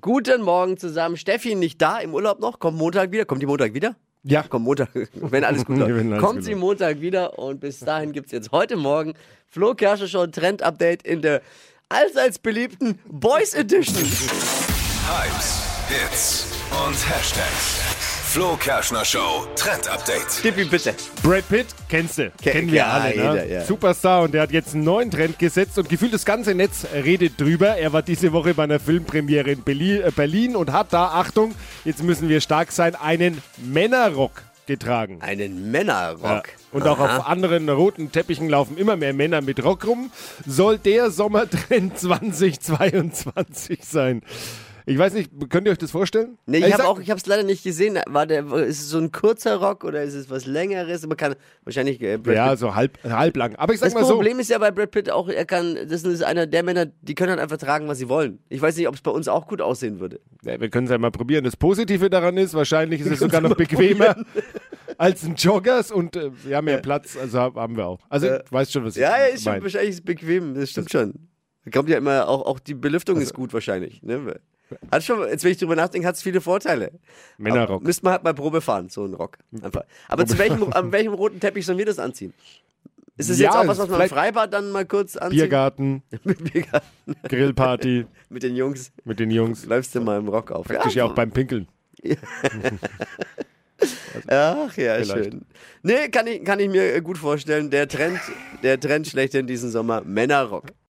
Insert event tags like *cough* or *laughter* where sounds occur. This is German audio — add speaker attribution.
Speaker 1: Guten Morgen zusammen. Steffi nicht da, im Urlaub noch, kommt Montag wieder. Kommt die Montag wieder?
Speaker 2: Ja.
Speaker 1: Kommt Montag, *laughs* wenn alles
Speaker 2: *laughs*
Speaker 1: gut läuft.
Speaker 2: Wenn alles
Speaker 1: kommt
Speaker 2: gut
Speaker 1: sie
Speaker 2: läuft.
Speaker 1: Montag wieder und bis dahin gibt es jetzt heute Morgen Flo Kersche schon Trend-Update in der allseits beliebten Boys Edition.
Speaker 3: Hypes, Hits und Hashtags. Flo Kerschner Show Trend Update.
Speaker 1: Tippi, bitte.
Speaker 2: Brad Pitt, kennst du, kennen wir
Speaker 1: ja,
Speaker 2: alle. Ne?
Speaker 1: jeder, ja.
Speaker 2: Superstar und der hat jetzt einen neuen Trend gesetzt und gefühlt das ganze Netz redet drüber. Er war diese Woche bei einer Filmpremiere in Berli- äh, Berlin und hat da, Achtung, jetzt müssen wir stark sein, einen Männerrock getragen.
Speaker 1: Einen Männerrock.
Speaker 2: Ja. Und auch auf anderen roten Teppichen laufen immer mehr Männer mit Rock rum. Soll der Sommertrend *laughs* 2022 sein? Ich weiß nicht, könnt ihr euch das vorstellen?
Speaker 1: Nee, ich
Speaker 2: Ey,
Speaker 1: habe
Speaker 2: sag-
Speaker 1: auch, ich habe es leider nicht gesehen. War der, ist es so ein kurzer Rock oder ist es was längeres? Man kann wahrscheinlich. Äh, Brad
Speaker 2: Ja,
Speaker 1: Pitt.
Speaker 2: so halb, halblang. Aber ich sag
Speaker 1: Das
Speaker 2: mal so.
Speaker 1: Problem ist ja bei Brad Pitt auch, er kann, das ist einer der Männer, die können halt einfach tragen, was sie wollen. Ich weiß nicht, ob es bei uns auch gut aussehen würde.
Speaker 2: Ja, wir können es ja mal probieren. Das Positive daran ist, wahrscheinlich ist es sogar noch bequemer *laughs* als ein Joggers und äh, wir haben mehr Platz, also hab- haben wir auch. Also,
Speaker 1: Ja.
Speaker 2: du weißt schon, was
Speaker 1: Ja, ja,
Speaker 2: ich
Speaker 1: ist schon
Speaker 2: meine.
Speaker 1: wahrscheinlich ist bequem, das stimmt schon. Ich glaube ja immer, auch, auch die Belüftung
Speaker 2: Also
Speaker 1: ist gut wahrscheinlich. Ne? Hat schon, jetzt wenn ich drüber nachdenke, hat es viele Vorteile.
Speaker 2: Männerrock.
Speaker 1: Aber Müsste man halt mal Probe fahren, so ein Rock. Einfach. Aber zu welchem, an welchem roten Teppich sollen wir das anziehen? Ist es
Speaker 2: Ja,
Speaker 1: jetzt auch was,
Speaker 2: ist
Speaker 1: was man im
Speaker 2: vielleicht-
Speaker 1: Freibad dann mal kurz anzieht?
Speaker 2: Biergarten,
Speaker 1: *laughs* Mit Biergarten.
Speaker 2: Grillparty
Speaker 1: Mit den Jungs
Speaker 2: mit den Jungs.
Speaker 1: läufst du mal im Rock auf.
Speaker 2: Praktisch ja auch beim Pinkeln.
Speaker 1: Ach ja,
Speaker 2: Vielleicht.
Speaker 1: schön. Nee, kann ich, kann ich mir äh, gut vorstellen. Der Trend, der Trend schlechthin diesen Sommer, Männerrock.